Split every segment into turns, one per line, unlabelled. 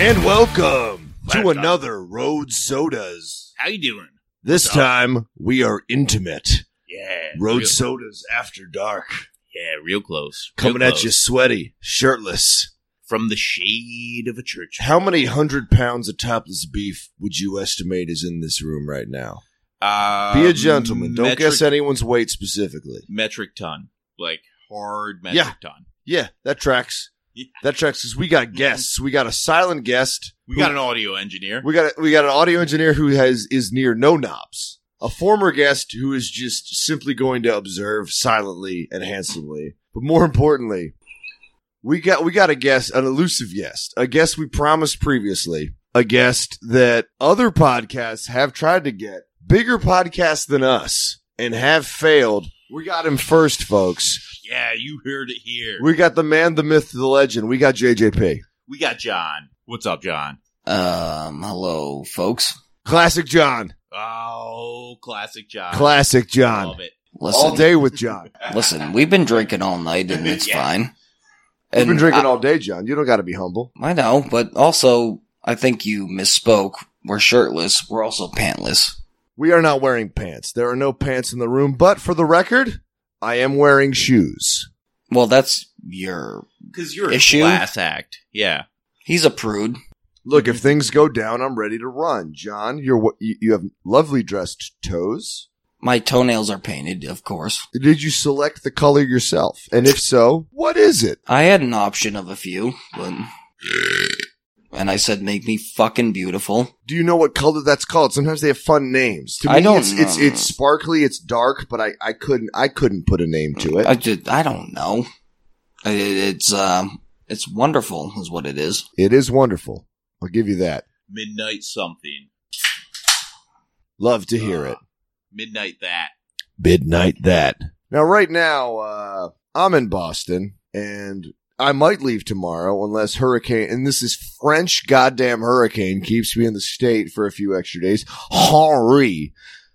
And welcome to
Laptop.
another Road Sodas.
How you doing?
This
What's up?
time we are intimate.
Yeah.
Road
real,
Sodas after dark.
Yeah, real close. Real
Coming at
close.
you sweaty, shirtless.
from the shade of a church.
How many hundred pounds of topless beef would you estimate is in this room right now?
Uh,
Be a gentleman. Don't
metric,
guess anyone's weight specifically.
Metric ton, like hard metric
Yeah.
ton.
Yeah, that tracks.
Yeah.
That tracks because we got guests. We got a silent guest.
We
who-
got an audio engineer.
We got a, we got an audio engineer who has is near no knobs. A former guest who is just simply going to observe silently and handsomely. But more importantly, we got we got a guest, an elusive guest, a guest we promised previously, a guest that other podcasts have tried to get, bigger podcasts than us, and have failed. We got him first, folks.
yeah, you heard it here. We,
We got the man, the myth, the legend. We got JJP.
got John. What's up, John?
Um, hello, folks.
Classic John.
Oh, classic John.
Classic John.
Love it.
Listen,
All day with John.
listen. We've been drinking all night, and it's
Yeah.
fine.
You've been drinking
I,
all day, John. You don't got to be humble.
I know, but also, I think you misspoke. We're shirtless. We're also pantless.
We are not wearing pants. There are no pants in the room, but for the record, I am wearing shoes.
Well, that's your.
Because you're a
Issue?
class act. Yeah.
He's a prude.
Look, if things go down, I'm ready to run. John, you're wa- you you have lovely dressed toes.
My toenails are painted, of course.
Did you select the color yourself? And if so, what is it?
I had an option of a few, but. And I said, make me fucking beautiful.
Do you know what color that's called? Sometimes they have fun names. To me,
I don't
it's, it's
know.
it's sparkly, it's dark, but I, I couldn't I couldn't put a name to it.
I did, I don't know. I- It's, um, it's wonderful, is what it is.
it is wonderful. I'll give you that.
Midnight something.
Love to hear
Uh,
it.
Midnight that.
midnight that. Now, right now, uh, I'm in Boston and I might leave tomorrow unless hurricane, and this is French goddamn hurricane keeps me in the state for a few extra days. Henri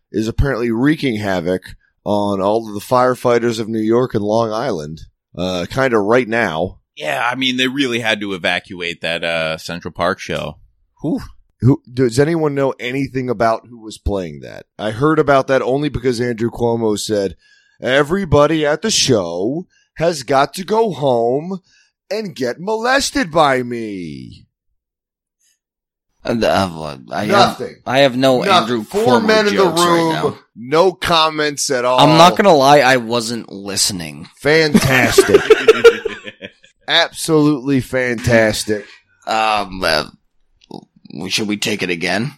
is apparently wreaking havoc on all of the firefighters of New York and Long Island, uh, kind of right now.
Yeah, I mean, they really had to evacuate that uh, Central Park show. Whew.
Who does anyone know anything about who was playing that? I heard about that only because Andrew Cuomo said everybody at the show has got to go home and get molested by me.
And, uh, well, I have,
Nothing.
I have no
Nothing.
Andrew
Four
Cuomo
men in the
jokes right
room, Oh.
now.
no comments at all.
I'm not gonna lie, I wasn't listening.
Fantastic, absolutely fantastic.
Um, uh, w- should we take it again?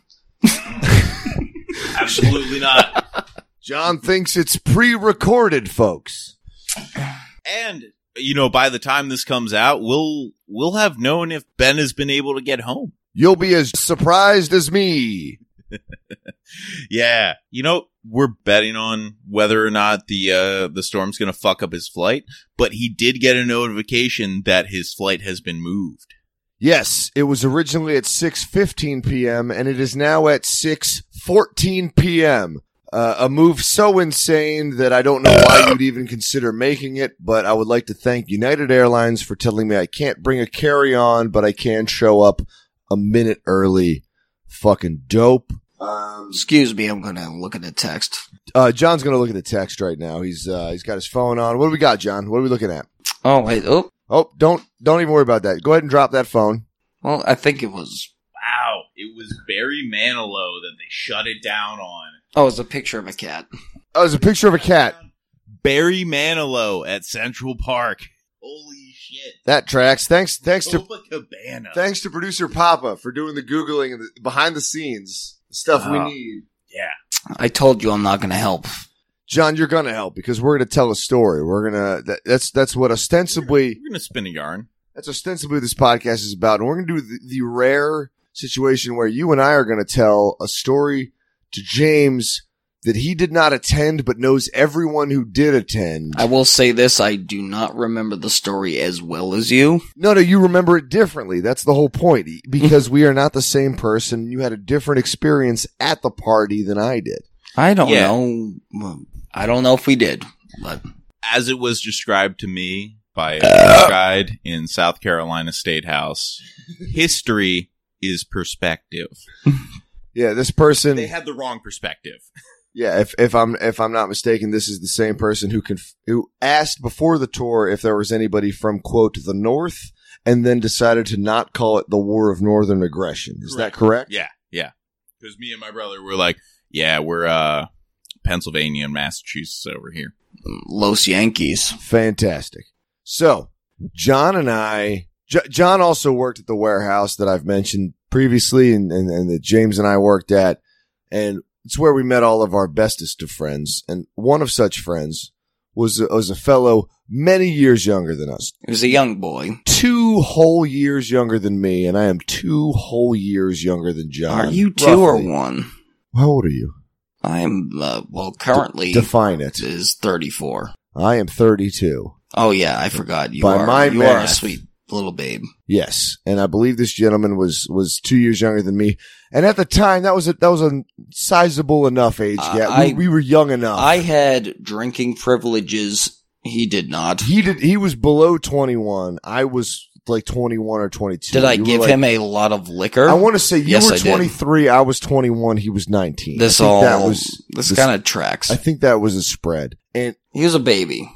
Absolutely not.
John thinks it's pre-recorded, folks.
And you know, by the time this comes out, we'll we'll have known if Ben has been able to get home.
You'll be as surprised as me.
Yeah, you know, we're betting on whether or not the uh, the storm's going to fuck up his flight. But he did get a notification that his flight has been moved.
Yes, it was originally at 6:15 p.m. and it is now at 6:14 p.m. Uh, a move so insane that I don't know why you'd even consider making it, but I would like to thank United Airlines for telling me I can't bring a carry-on, but I can show up a minute early. Fucking dope. Um,
Excuse me, I'm gonna look at the text.
uh, John's gonna look at the text right now. He's uh, he's got his phone on. What do we got, John? What are we looking at?
Oh wait, oh,
Oh, don't don't even worry about that. Go ahead and drop that phone.
well, I think it was.
Wow, it was Barry Manilow that they shut it down on.
Oh, it's a picture of a cat.
Oh, there's a picture of a cat.
Barry Manilow at Central Park. Holy shit.
That tracks. Thanks, thanks
Oh,
to
Copacabana.
thanks to producer Papa for doing the googling and the behind the scenes stuff we
Wow.
need.
yeah.
I told you I'm not gonna help.
John, you're gonna help because we're gonna tell a story. We're gonna that, that's that's what ostensibly
We're going to spin a yarn.
that's ostensibly this podcast is about, and we're gonna do the, the rare situation where you and I are gonna tell a story to James that he did not attend but knows everyone who did attend.
I will say this: I do not remember the story as well as you.
No, no, you remember it differently. That's the whole point. E, Because we are not the same person. You had a different experience at the party than I did.
I don't
Yeah.
know. Well, I don't know if we did, but
as it was described to me by a tour guide in South Carolina State House, history is perspective.
Yeah, this person.
They had the wrong perspective.
yeah, if, if I'm if I'm not mistaken, this is the same person who conf- who asked before the tour if there was anybody from quote the North, and then decided to not call it the War of Northern Aggression. Is that correct?
Yeah, yeah. Because me and my brother were like, yeah, we're uh, Pennsylvania and Massachusetts over here.
Los Yankees.
Fantastic. So, John and I, J- John also worked at the warehouse that I've mentioned previously and, and, and that James and I worked at. And it's where we met all of our bestest of friends. And one of such friends was, a- was a fellow many years younger than us,
It was a young boy.
two whole years younger than me. And I am two whole years younger than John.
Are you two or
Uh, roughly.
one?
How old are you?
I'm uh, well currently
Define it.
is 34.
I am 32.
Oh yeah, I forgot you
By
are.
my
you are a
math.
sweet little babe.
Yes, and I believe this gentleman was was two years younger than me, and at the time that was a, that was a sizable enough age
Uh,
gap.
I-
we, we were young enough.
I had drinking privileges. He did not.
he did he was below twenty one. I was like twenty one or twenty two.
Did I give him a lot of liquor?
I want to say you
Yes, I
were
did.
twenty three. I was twenty one. He was nineteen.
this
I think
all
that was
this,
this-
kind of tracks.
I think that was a spread, and
he was a baby.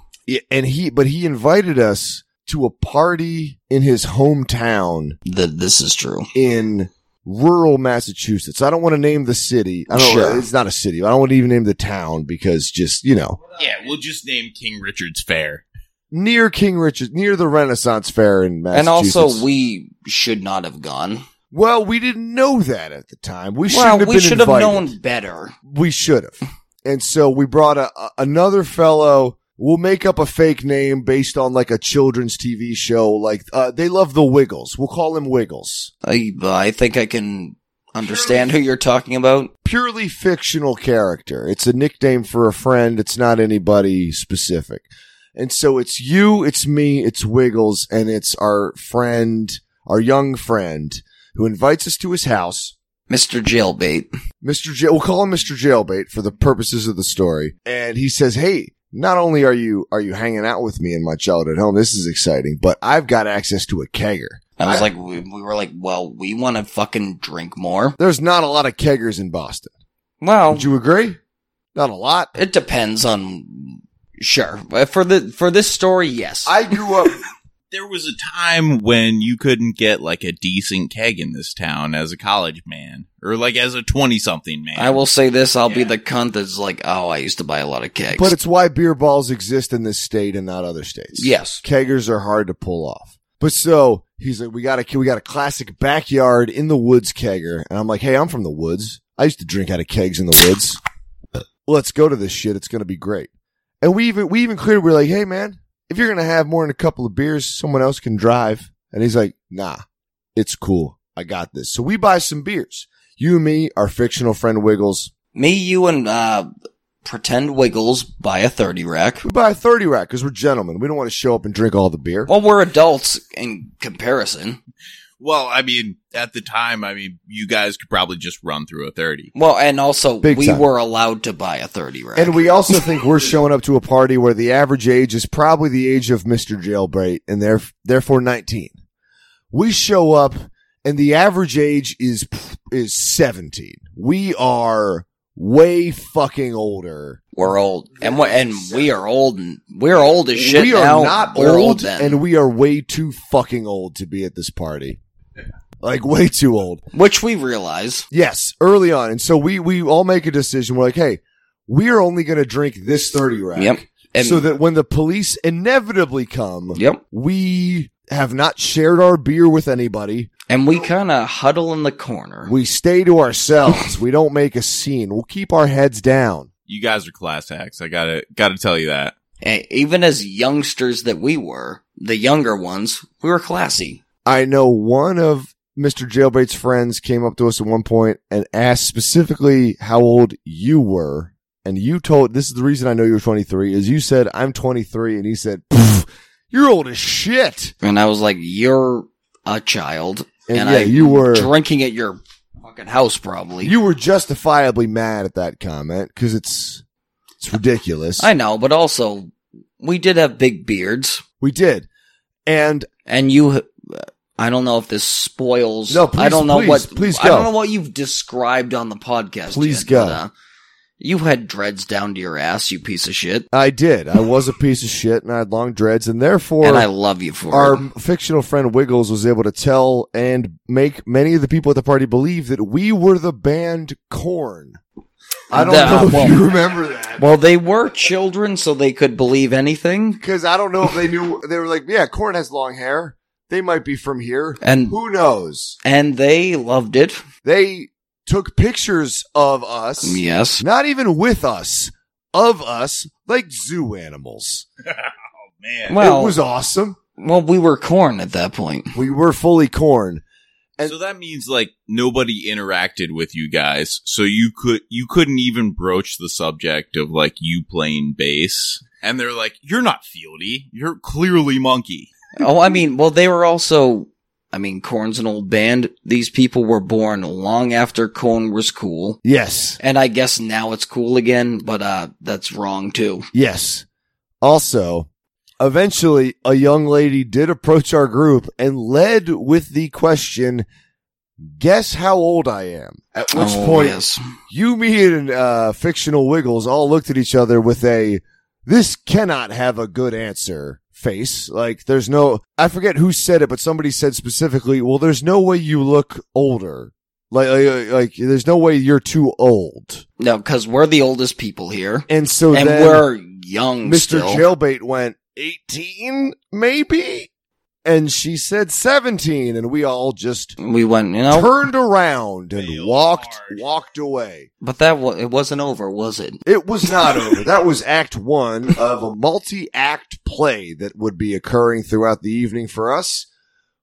and he but he invited us to a party in his hometown
That this is true.
in rural Massachusetts. I don't want to name the city. I don't.
Sure.
It's not a city. I don't want to even name the town because just you know
Yeah, we'll just name King Richard's Fair.
near King Richard, near the Renaissance Fair in
And
Massachusetts.
also, we should not have gone.
well, we didn't know that at the time. We should
Well,
have
we
been
should have
invited.
known better.
We should have. And so we brought a, a- another fellow. We'll make up a fake name based on like a children's TV show. Like uh, they love the Wiggles. We'll call him Wiggles.
I, I think I can understand who you're talking about.
purely fictional character. It's a nickname for a friend. It's not anybody specific. And so it's you, it's me, it's Wiggles, and it's our friend, our young friend, who invites us to his house.
Mr. Jailbait.
Mr. J- we'll call him Mr. Jailbait for the purposes of the story. And he says, Hey, not only are you, are you hanging out with me in my childhood home? This is exciting, but I've got access to a kegger.
I was like, we, we were like, well, we want to fucking drink more.
There's not a lot of keggers in Boston.
Well,
Would you agree? Not a lot.
it depends on. Sure, Uh, for the for this story, yes.
I grew up
There was a time when you couldn't get like a decent keg in this town as a college man or like as a 20 something man.
I will say this: I'll be
Yeah.
the cunt that's like, oh, I used to buy a lot of kegs.
But it's why beer balls exist in this state and not other states.
yes,
Keggers are hard to pull off. But so he's like, we got a we got a classic backyard in the woods kegger, and I'm like, hey, I'm from the woods. I used to drink out of kegs in the woods. Let's go to this shit. It's gonna be great. And we even we even cleared. We're like, hey man, if you're gonna have more than a couple of beers, someone else can drive. And he's like, nah, it's cool. I got this. So we buy some beers. You and me, our fictional friend Wiggles,
me, you, and uh, pretend Wiggles buy a thirty rack.
we buy a thirty rack because we're gentlemen. We don't want to show up and drink all the beer.
Well, we're adults in comparison.
well, I mean, at the time, I mean, you guys could probably just run through a 30.
Well, and also
Big
we
time.
were allowed to buy a thirty rack.
And we also think we're showing up to a party where the average age is probably the age of Mr. Jailbait and theref- therefore 19. We show up and the average age is is 17. We are way fucking older.
we're old, and we and we are old, and we're old as shit
we are
now.
not
we're
old,
old then.
and we are way too fucking old to be at this party. Like way too old.
which we realize.
Yes, early on. And so we we all make a decision. We're like, hey, we are only going to drink this 30 rack.
Yep. And-
so that when the police inevitably come,
Yep,
we have not shared our beer with anybody.
and we kind of huddle in the corner.
We stay to ourselves. we don't make a scene. We'll keep our heads down.
You guys are class acts. I gotta, gotta tell you that.
And Eh, even as youngsters that we were, the younger ones, we were classy.
I know one of Mr. Jailbait's friends came up to us at one point and asked specifically how old you were. and you told this is the reason I know you're 23 is you said I'm 23 and he said "Pff, you're old as shit
And I was like, you're a child.
and,
And
yeah
I
you were
drinking at your fucking house, probably.
you were justifiably mad at that comment because it's it's ridiculous
I know, but also, we did have big beards.
we did and
And you, I don't know if this spoils.
No, please-
I don't know
please,
what.
please
I
go.
don't know what you've described on the podcast.
Please
yet,
go.
but, uh, you had dreads down to your ass, you piece of shit.
I did I was a piece of shit and I had long dreads and therefore
and I love you for
our
it.
fictional friend Wiggles was able to tell and make many of the people at the party believe that we were the band Corn. I don't
Nah,
know if
well-
you remember that.
Well, they were children, so they could believe anything.
Because I don't know if they knew. They were like, yeah, Corn has long hair. They might be from here.
And
Who knows?
and they loved it.
They took pictures of us,
Yes.
not even with us, of us, like zoo animals.
Oh man.
Well,
it was awesome.
well, we were corn at that point.
We were fully Corn. and-
so that means like nobody interacted with you guys, so you could you couldn't even broach the subject of like you playing bass. And they're like, "You're not Fieldy. You're clearly Monkey."
oh, I mean, well, they were also. I mean, corn's an old band. These people were born long after corn was cool.
Yes.
And I guess now it's cool again, but uh that's wrong too.
Yes. Also, eventually a young lady did approach our group and led with the question, guess how old I am? At which
Oh,
point
yes.
you, me, and uh, fictional Wiggles all looked at each other with a, this cannot have a good answer face. Like there's no, I forget who said it, but somebody said specifically, well, there's no way you look older. Like, like, like there's no way you're too old.
No, because we're the oldest people here,
And so
and
then,
we're young
Mr.
still.
Jailbait went 18, maybe? And she said 17, and we all just
we went, you know,
turned around and
Failed
walked
hard.
walked away.
but that wa- it wasn't over, was it?
It was not over. That was act one of a multi-act play that would be occurring throughout the evening for us,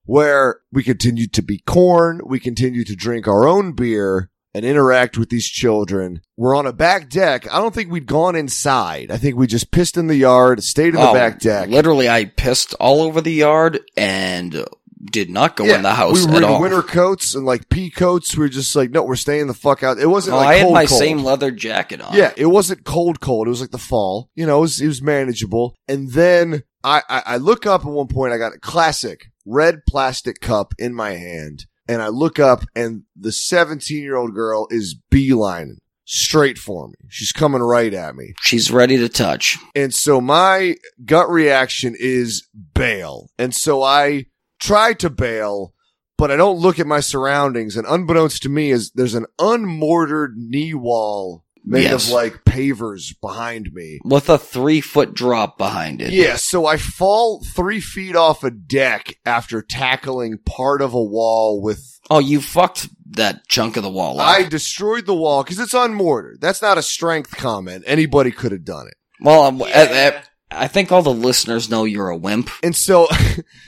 where we continued to be corn, we continued to drink our own beer, and interact with these children. We're on a back deck. I don't think we'd gone inside. I think we just pissed in the yard, stayed in the
Oh,
back deck.
Literally, I pissed all over the yard and did not go in the house
We were in
at all.
winter coats and like pea coats. We were just like, no, we're staying the fuck out. It wasn't
Well,
like
I had
cold,
my
cold.
same leather jacket on.
Yeah, it wasn't cold, cold. It was like the fall. You know, it was, it was manageable. And then I, I, I look up at one point. I got a classic red plastic cup in my hand, and I look up, and the seventeen-year-old girl is beelining straight for me. She's coming right at me.
she's ready to touch.
And so my gut reaction is bail. And so I try to bail, but I don't look at my surroundings. And unbeknownst to me is there's an unmortared knee wall made
Yes.
of like pavers behind me.
With a three foot drop behind it.
Yeah, so I fall three feet off a deck after tackling part of a wall with.
Oh, you fucked that chunk of the wall up.
I destroyed the wall because it's unmortared. That's not a strength comment. Anybody could have done it.
well, I'm, I- I- I think all the listeners know you're a wimp.
And so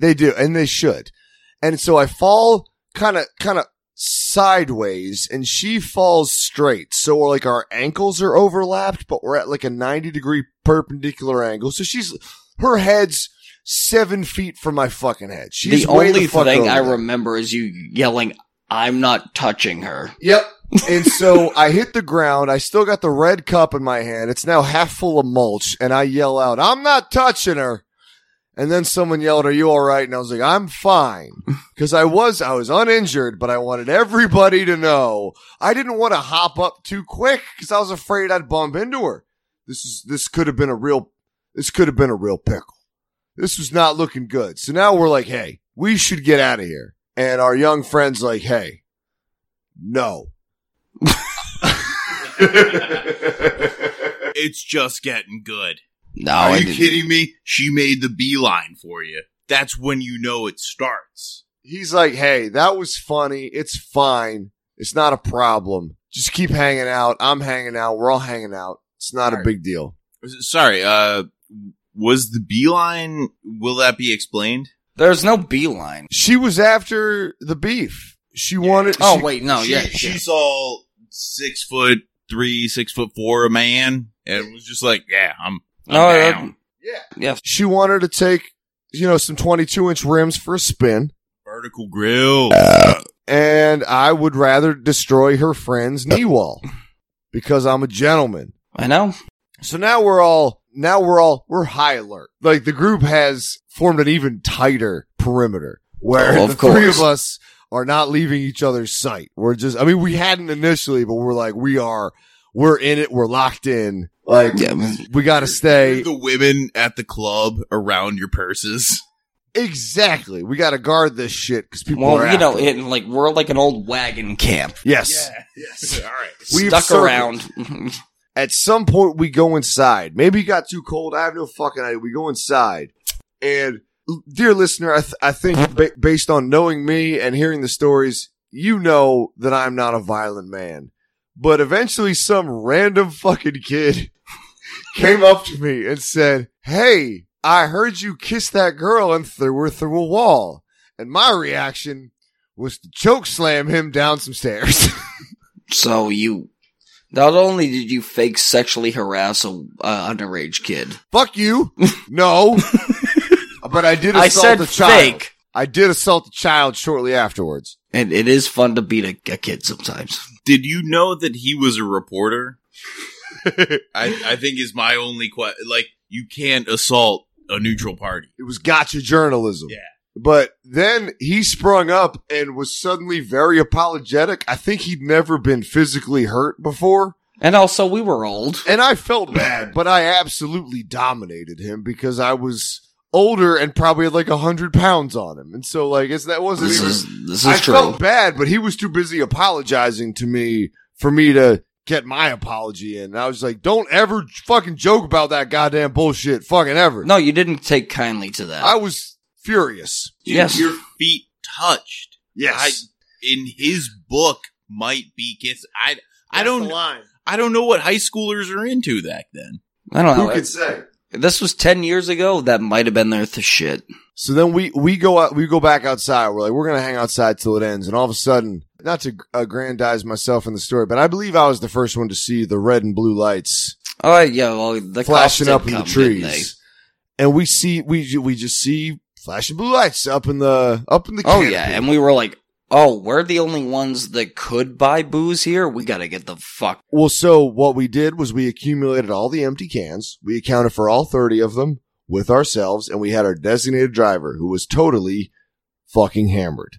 they do, and they should. And so I fall kind of, kind of sideways and she falls straight. So we're like our ankles are overlapped, but we're at like a 90 degree perpendicular angle. So she's, her head's seven feet from my fucking head. She's
the
way
only
the fuck
thing
over
I
there.
remember is you yelling, "I'm not touching her."
Yep. And so I hit the ground. I still got the red cup in my hand. It's now half full of mulch. And I yell out, I'm not touching her. And then someone yelled, Are you all right? And I was like, I'm fine. Cause I was, I was uninjured, but I wanted everybody to know. I didn't want to hop up too quick because I was afraid I'd bump into her. This is, this could have been a real, this could have been a real pickle. This was not looking good. So now we're like, Hey, we should get out of here. And our young friend's like, Hey, no.
It's just getting good.
No,
Are
Oh, I
you
didn't.
kidding me? She made the beeline for you. That's when you know it starts.
He's like, hey, that was funny. It's fine. It's not a problem. Just keep hanging out. I'm hanging out. We're all hanging out. It's not a
Alright.
big deal.
Sorry, uh was the beeline will that be explained?
There's no beeline.
She was after the beef. She wanted.
Oh
she-
wait, no,
she,
yeah,
she
yeah.
saw six foot three, six foot four, a man, and was just like, yeah, I'm, I'm
No, that-
down.
Yeah.
yeah,
She wanted to take, you know, some 22 inch rims for a spin.
vertical grill.
And I would rather destroy her friend's knee wall because I'm a gentleman.
I know.
So now we're all, now we're all, we're high alert. Like the group has formed an even tighter perimeter where
Oh, of
the three
course.
of us are not leaving each other's sight. We're just, I mean, we hadn't initially, but we're like, we are, we're in it. We're locked in. Like
Yeah, but-
we got to stay.
the women at the club around your purses.
Exactly. We got to guard this shit because people
well,
are
you know,
after it.
it, like we're like an old wagon camp,
Yes.
yes. All right.
We've
stuck
circled-
around.
At some point, we go inside. Maybe it got too cold. I have no fucking idea. We go inside. And, dear listener, I, th- I think ba- based on knowing me and hearing the stories, you know that I'm not a violent man. But eventually, some random fucking kid came up to me and said, Hey, I heard you kiss that girl and threw her through a wall. And my reaction was to choke slam him down some stairs.
so you, not only did you fake sexually harass a uh, underage kid,
Fuck you. No. but I did assault
I said
a child.
fake,
I did assault a child shortly afterwards.
and it is fun to beat a, a kid sometimes.
Did you know that he was a reporter? I, I think is my only question. Like, you can't assault a neutral party.
It was gotcha journalism.
Yeah.
But then he sprung up and was suddenly very apologetic. I think he'd never been physically hurt before.
And also, we were old.
And I felt bad, but I absolutely dominated him because I was older and probably had like a hundred pounds on him. And so like it's that wasn't
This
even
is this is
I
true.
felt bad, but he was too busy apologizing to me for me to get my apology in. And I was like, don't ever fucking joke about that goddamn bullshit, fucking ever.
no, you didn't take kindly to that.
I was furious.
Dude,
Yes.
Your feet touched.
Yes.
I, in his book, might be kiss. I, I don't,
line.
I don't know what high schoolers are into back then.
I don't know.
Who could say?
this was ten years ago. That might have been their th- shit.
So then we we go out we go back outside. We're like we're gonna hang outside till it ends, and all of a sudden, not to aggrandize myself in the story, but I believe I was the first one to see the red and blue lights
All right, Oh, yeah. Well, the cops
flashing
did
up in the
come, didn't
trees, and we see we we just see flashing blue lights up in the up in the
they? Oh
canopy.
yeah, and we were like, oh, we're the only ones that could buy booze here. We gotta get the fuck.
Well, so what we did was we accumulated all the empty cans. We accounted for all 30 of them with ourselves and we had our designated driver who was totally fucking hammered.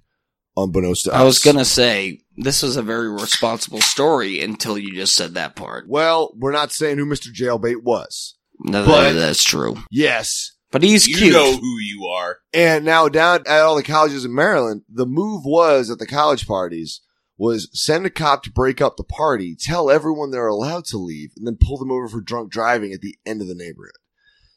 Unbeknownst to us.
I was gonna say this is a very responsible story until you just said that part.
Well, we're not saying who Mr. Jailbait was.
No,
But-
that's true.
Yes.
But he's
You
cute.
know who you are.
And now down at all the colleges in Maryland, the move was at the college parties was send a cop to break up the party, tell everyone they're allowed to leave, and then pull them over for drunk driving at the end of the neighborhood.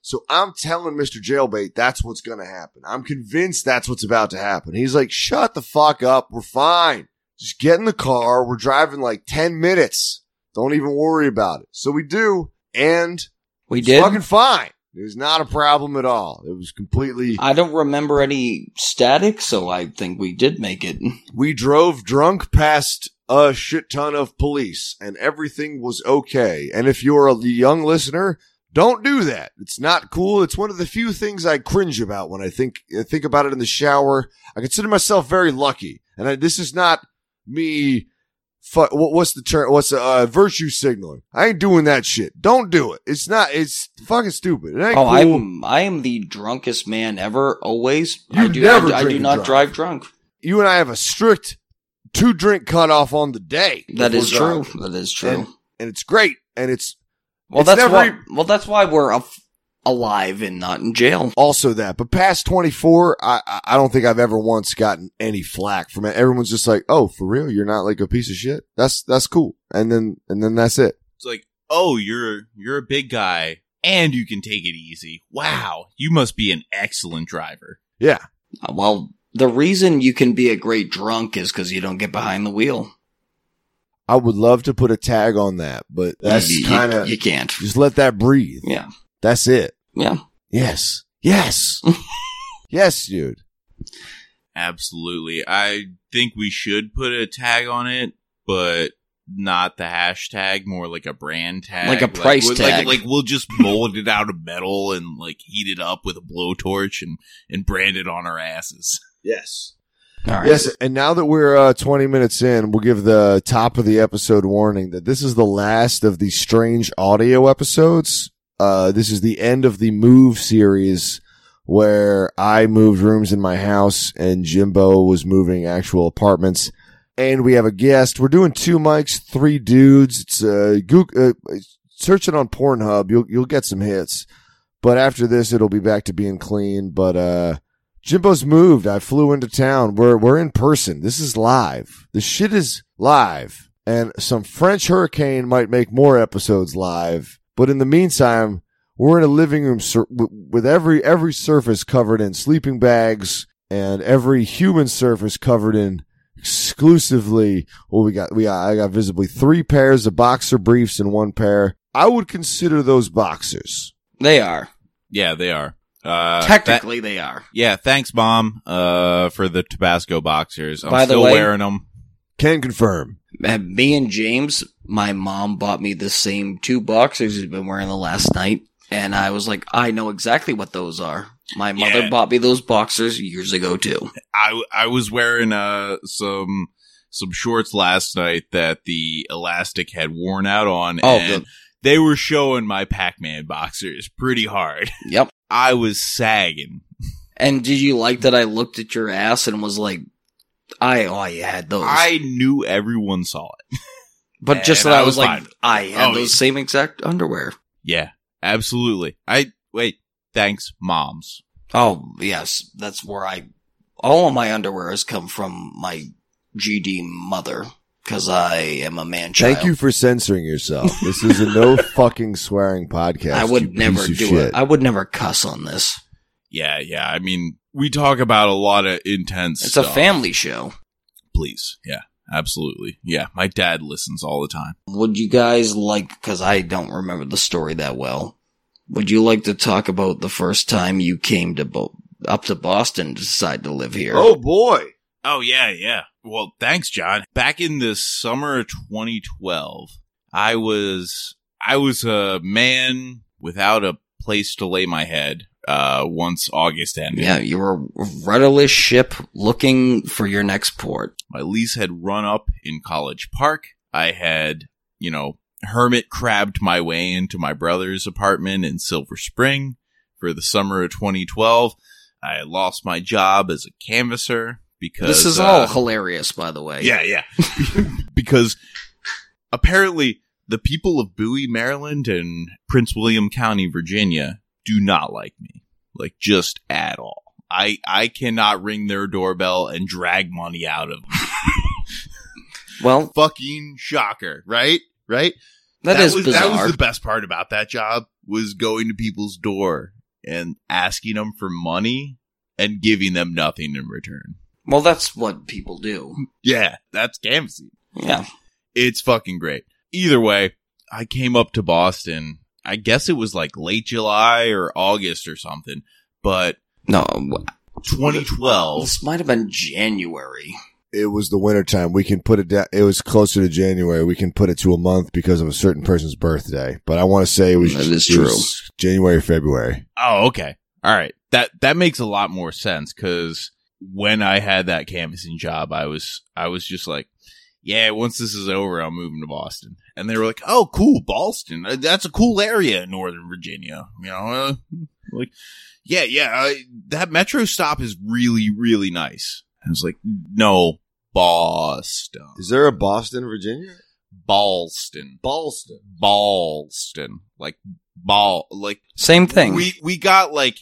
So I'm telling Mr. Jailbait that's what's going to happen. I'm convinced that's what's about to happen. He's like, shut the fuck up. We're fine. Just get in the car. We're driving like 10 minutes. Don't even worry about it. So we do. And
we
it's
did.
fucking fine. It was not a problem at all. It was completely.
I don't remember any static, so I think we did make it.
We drove drunk past a shit ton of police and everything was okay. And if you're a young listener, don't do that. It's not cool. It's one of the few things I cringe about when I think I think about it in the shower. I consider myself very lucky. And I, this is not me fu- what, what's the term? What's the uh, virtue signaling? I ain't doing that shit. Don't do it. It's not it's fucking stupid. It ain't
Oh,
cool.
I'm I am the drunkest man ever. Always, I
You
do.
never
I, do- I
drink
do
and
not
drive.
drive drunk.
you and I have a strict two drink cutoff on the day.
That is
Before
true.
driving.
That is true.
And- and it's great. And it's
well,
it's
that's
never
why.
even-
Well, that's why we're af- alive and not in jail.
also that. But past 24, I, I- I don't think I've ever once gotten any flack from it. Everyone's just like, oh, for real? You're not like a piece of shit? That's, that's cool. And then, and then that's it.
It's like, oh, you're you're a big guy and you can take it easy. Wow, you must be an excellent driver.
Yeah.
Uh, Well, the reason you can be a great drunk is because you don't get behind the wheel.
I would love to put a tag on that, but that's
You- you-
kind of,
you can't.
just let that breathe.
Yeah,
That's it.
yeah.
Yes. Yes. yes, dude.
Absolutely. I think we should put a tag on it, but not the hashtag, more like a brand tag,
Like a price
we'll-
tag.
Like, like we'll just mold it out of metal and like heat it up with a blowtorch and and brand it on our asses.
Yes.
All right.
Yes, and now that we're uh, 20 minutes in, we'll give the top of the episode warning that this is the last of the strange audio episodes. Uh, this is the end of the move series where I moved rooms in my house and Jimbo was moving actual apartments. And we have a guest. We're doing two mics, three dudes. It's uh, Goog- uh, search it on Pornhub. You'll you'll get some hits. But after this, it'll be back to being clean. But uh, Jimbo's moved. I flew into town. We're we're in person. This is live. The shit is live. And some French hurricane might make more episodes live. But in the meantime, we're in a living room sur- w- with every every surface covered in sleeping bags and every human surface covered in exclusively well we got we got, I got visibly three pairs of boxer briefs and one pair. I would consider those boxers.
They are.
Yeah, they are. Uh, that-
Technically, they are.
yeah, thanks, mom, uh, for the Tabasco boxers. I'm
By the
still
way-
wearing them.
Can confirm.
Uh, Me and James, my mom bought me the same two boxers he's been wearing the last night, and I was like, I know exactly what those are. My mother
Yeah.
bought me those boxers years ago too.
I I was wearing uh some some shorts last night that the elastic had worn out on.
Oh,
and
good.
they were showing my Pac-Man boxers pretty hard.
Yep.
I was sagging.
And did you like that I looked at your ass and was like, I oh I had those,
I knew everyone saw it.
but just
and
that
I
I was
was
like,
fine.
I had
Oh,
those
yeah.
same exact underwear.
Yeah, absolutely. I wait. Thanks, moms.
Oh yes, that's where I all of my underwear has come from my GD mother because I am a man child.
Thank you for censoring yourself. This is a no fucking swearing podcast.
I
you
would
piece
never
of
do
shit.
it. I would never cuss on this.
Yeah, yeah. I mean, we talk about a lot of intense.
It's a
stuff.
family show.
Please, yeah, absolutely. Yeah, my dad listens all the time.
Would you guys like? Because I don't remember the story that well. Would you like to talk about the first time you came to Bo- up to Boston to decide to live here?
Oh, boy.
Oh yeah, yeah. Well, thanks, John. Back in the summer of 2012, I was I was a man without a place to lay my head. Uh, once August ended,
yeah, you were a rudderless ship looking for your next port.
my lease had run up in College Park. I had, you know, hermit crabbed my way into my brother's apartment in Silver Spring for the summer of 2012. I lost my job as a canvasser because
This is
uh,
all hilarious, by the way.
Yeah, yeah. because apparently the people of Bowie, Maryland and Prince William County, Virginia do not like me. Like just at all. I I cannot ring their doorbell and drag money out of them.
Well,
Fucking shocker, right? Right?
that is
was,
bizarre.
That was the best part about that job was going to people's door and asking them for money and giving them nothing in return.
well, that's what people do.
Yeah, that's canvassing.
Yeah.
It's fucking great. Either way, I came up to Boston. I guess it was like late July or August or something, but
No,
2012.
this might have been January.
It was the wintertime. We can put it down. It was closer to January. We can put it to a month because of a certain person's birthday. But I want to say it was,
That is
it was January, February.
Oh, okay. All right. That that makes a lot more sense cuz when I had that canvassing job, I was I was just like, yeah, once this is over, I'm moving to Boston. And they were like, "Oh, cool, Boston. Uh, That's a cool area in Northern Virginia." You know, uh, like yeah, yeah, I, that metro stop is really really nice. I was like, "No, Boston."
Is there a Boston, Virginia?
Boston. Boston. Boston. Like ball like
Same thing.
we we got like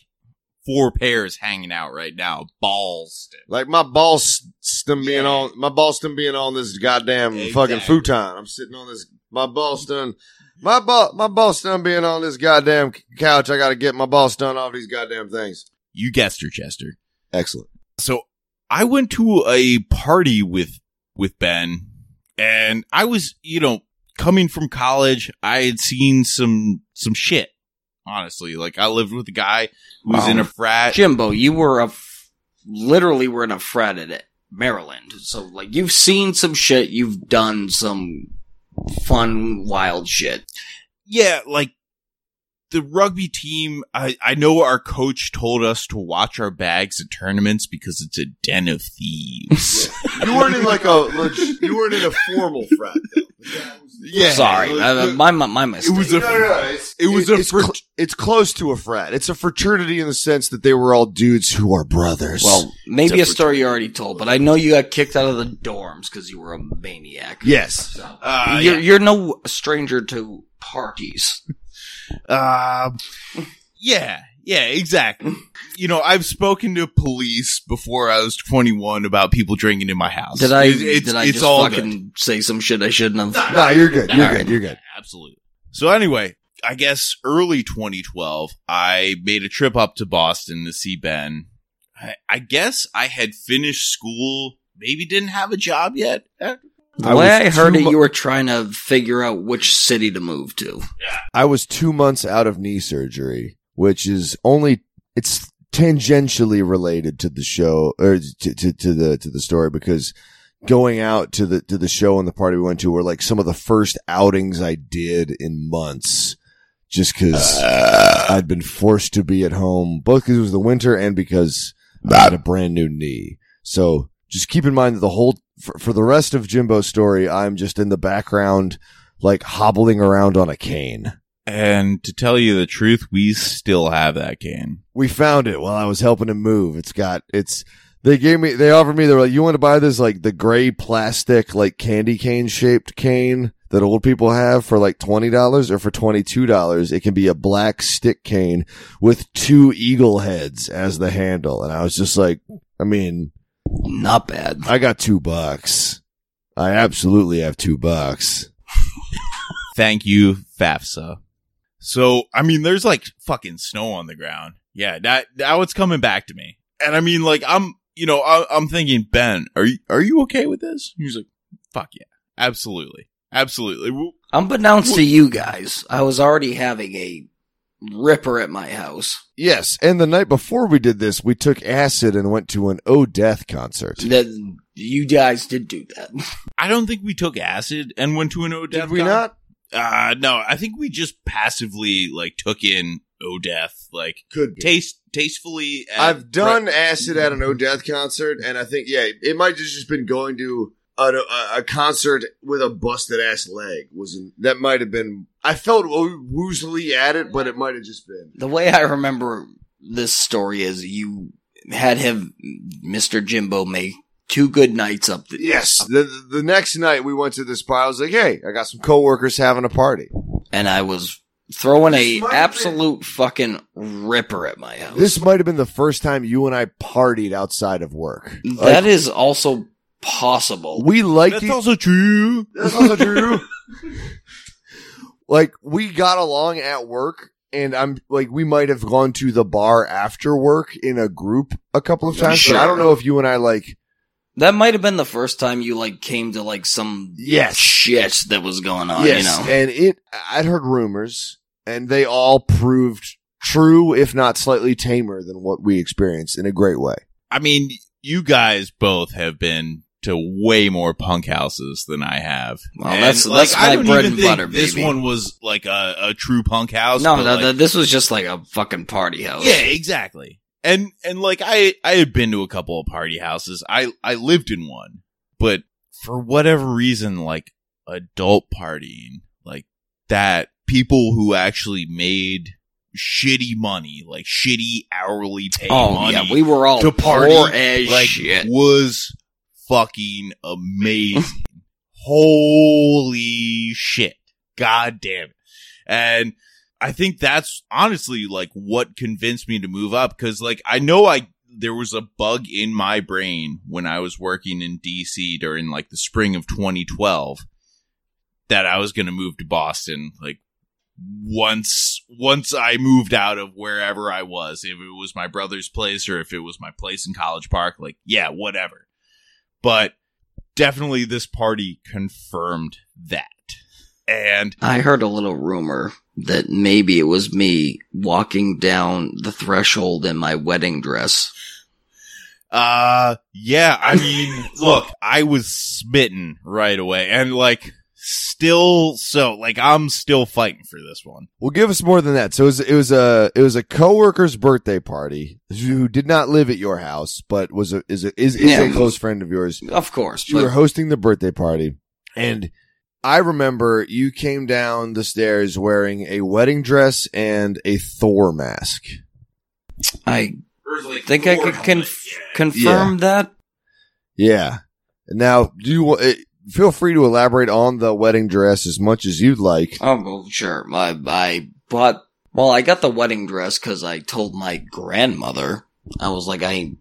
four pairs hanging out right now. Boston.
Like my Boston being on my Boston being on this goddamn fucking
Exactly.
futon. I'm sitting on this my Boston my bo- my Boston being on this goddamn couch. I got to get my Boston off these goddamn things.
You guessed her, Chester.
Excellent.
So I went to a party with with Ben, and I was you know coming from college. I had seen some some shit. Honestly, like I lived with a guy who was
Wow.
in a frat.
Um, Jimbo, you were a f- literally were in a frat at Maryland, so like you've seen some shit, you've done some fun, wild shit.
yeah, like the rugby team, I, I know our coach told us to watch our bags at tournaments because it's a den of thieves.
You weren't in like a leg- you weren't in a formal frat. Though.
yeah.
Sorry, uh, my, my my mistake.
was a-
No, no, no, it's-
It was a
it's,
frat-
cl- it's close to a frat. It's a fraternity in the sense that they were all dudes who are brothers.
well, maybe a
Different.
story you already told, but I know you got kicked out of the dorms because you were a maniac.
yes.
So,
Uh,
you're, you're no stranger to parties.
Um, yeah, yeah, exactly. You know, I've spoken to police before I was 21 about people drinking in my house.
Did I?
It- it's,
did I
it's
just
all
fucking
good.
say some shit I shouldn't have?
No, you're good. You're
All
good. You're good.
Absolutely. So anyway, I guess early 2012, I made a trip up to Boston to see Ben. I, I guess I had finished school, maybe didn't have a job yet. Eh,
The
I
way
was
I heard
too
it,
mu-
you were trying to figure out which city to move to.
I was two months out of knee surgery, which is only it's tangentially related to the show or to, to, to the to the story because going out to the to the show and the party we went to were like some of the first outings I did in months, just because I'd been forced to be at home both because it was the winter and because I had a brand new knee. So just keep in mind that the whole for, for the rest of Jimbo's story, I'm just in the background like hobbling around on a cane.
And to tell you the truth, we still have that game.
We found it while I was helping him move. It's got it's they gave me they offered me they were like, You want to buy this like the gray plastic like candy cane shaped cane that old people have for like twenty dollars or for twenty two dollars. It can be a black stick cane with two eagle heads as the handle. And I was just like I mean,
Not bad.
I got two bucks. I absolutely have two bucks.
Thank you, FAFSA. So, I mean, there's like fucking snow on the ground. Yeah, that now it's coming back to me. And I mean, like, I'm, you know, I, I'm thinking, Ben, are you are you okay with this? He's like, fuck yeah, absolutely, absolutely. W-
Unbeknownst to you guys, I was already having a ripper at my house.
Yes, and the night before we did this, we took acid and went to an O Death concert.
That you guys did do that.
I don't think we took acid and went to an Odeth.
Did we not?
Uh, no, I think we just passively like took in Odeth, like
Could
taste tastefully. and-
I've done acid at an O Death concert, and I think yeah, it might just just been going to a, a, a concert with a busted ass leg. Wasn't that might have been? I felt wo- woozily at it, but it might have just been.
The way I remember this story is you had him, Mr. Jimbo, make two good nights up the,
Yes. The the next night we went to this bar. I was like, hey, I got some coworkers having a party.
and I was throwing a
This might have been-
absolute fucking ripper at my house.
This might have been the first time you and I partied outside of work.
that is also possible.
we liked
That's also true.
That's also true. like we got along at work, and I'm like we might have gone to the bar after work in a group a couple of times. But I don't know if you and I like.
That might have been the first time you like came to like some
Yes,
shit that was going on,
yes,
uh, you know.
and it. I'd heard rumors, and they all proved true, if not slightly tamer than what we experienced in a great way.
I mean, you guys both have been to way more punk houses than I have.
Well, that's- that's my bread and butter,
This
baby.
one was like a, a true punk house.
No,
but,
no,
like-
no, this was just like a fucking party house.
yeah, exactly. And and like I I had been to a couple of party houses. I I lived in one, but for whatever reason, like adult partying, like that, people who actually made shitty money, like shitty hourly pay
Oh
money,
yeah, we were all
to party,
poor as
like
shit.
was fucking amazing. Holy shit. God damn it. And I think that's honestly like what convinced me to move up cuz like I know I there was a bug in my brain when I was working in DC during like the spring of 2012 that I was going to move to Boston like once once I moved out of wherever I was, if it was my brother's place or if it was my place in College Park, like yeah, whatever. But definitely this party confirmed that. And
I heard a little rumor that maybe it was me walking down the threshold in my wedding dress.
uh yeah, I mean, look, I was smitten right away and like still so like I'm still fighting for this one.
Well, give us more than that. So it was, it was a it was a coworker's birthday party who did not live at your house, but was a is a, is, is
Yeah.
a close friend of yours.
Of course.
You were
But,
hosting the birthday party, and I remember you came down the stairs wearing a wedding dress and a Thor mask.
I think I could conf- confirm that.
Yeah. Now, do you wa- eh, feel free to elaborate on the wedding dress as much as you'd like?
Oh, well, sure. I, I bought, well, I got the wedding dress because I told my grandmother. I was like, I,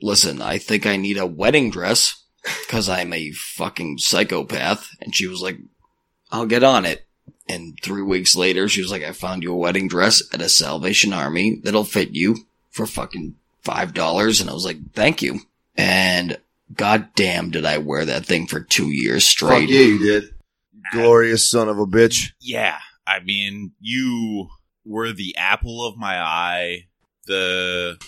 listen, I think I need a wedding dress because I'm a fucking psychopath. And she was like, I'll get on it. And three weeks later, she was like, I found you a wedding dress at a Salvation Army that'll fit you for fucking $5. And I was like, thank you. And goddamn, did I wear that thing for two years straight.
you did. Glorious son of a bitch.
Yeah, I mean, you were the apple of my eye, the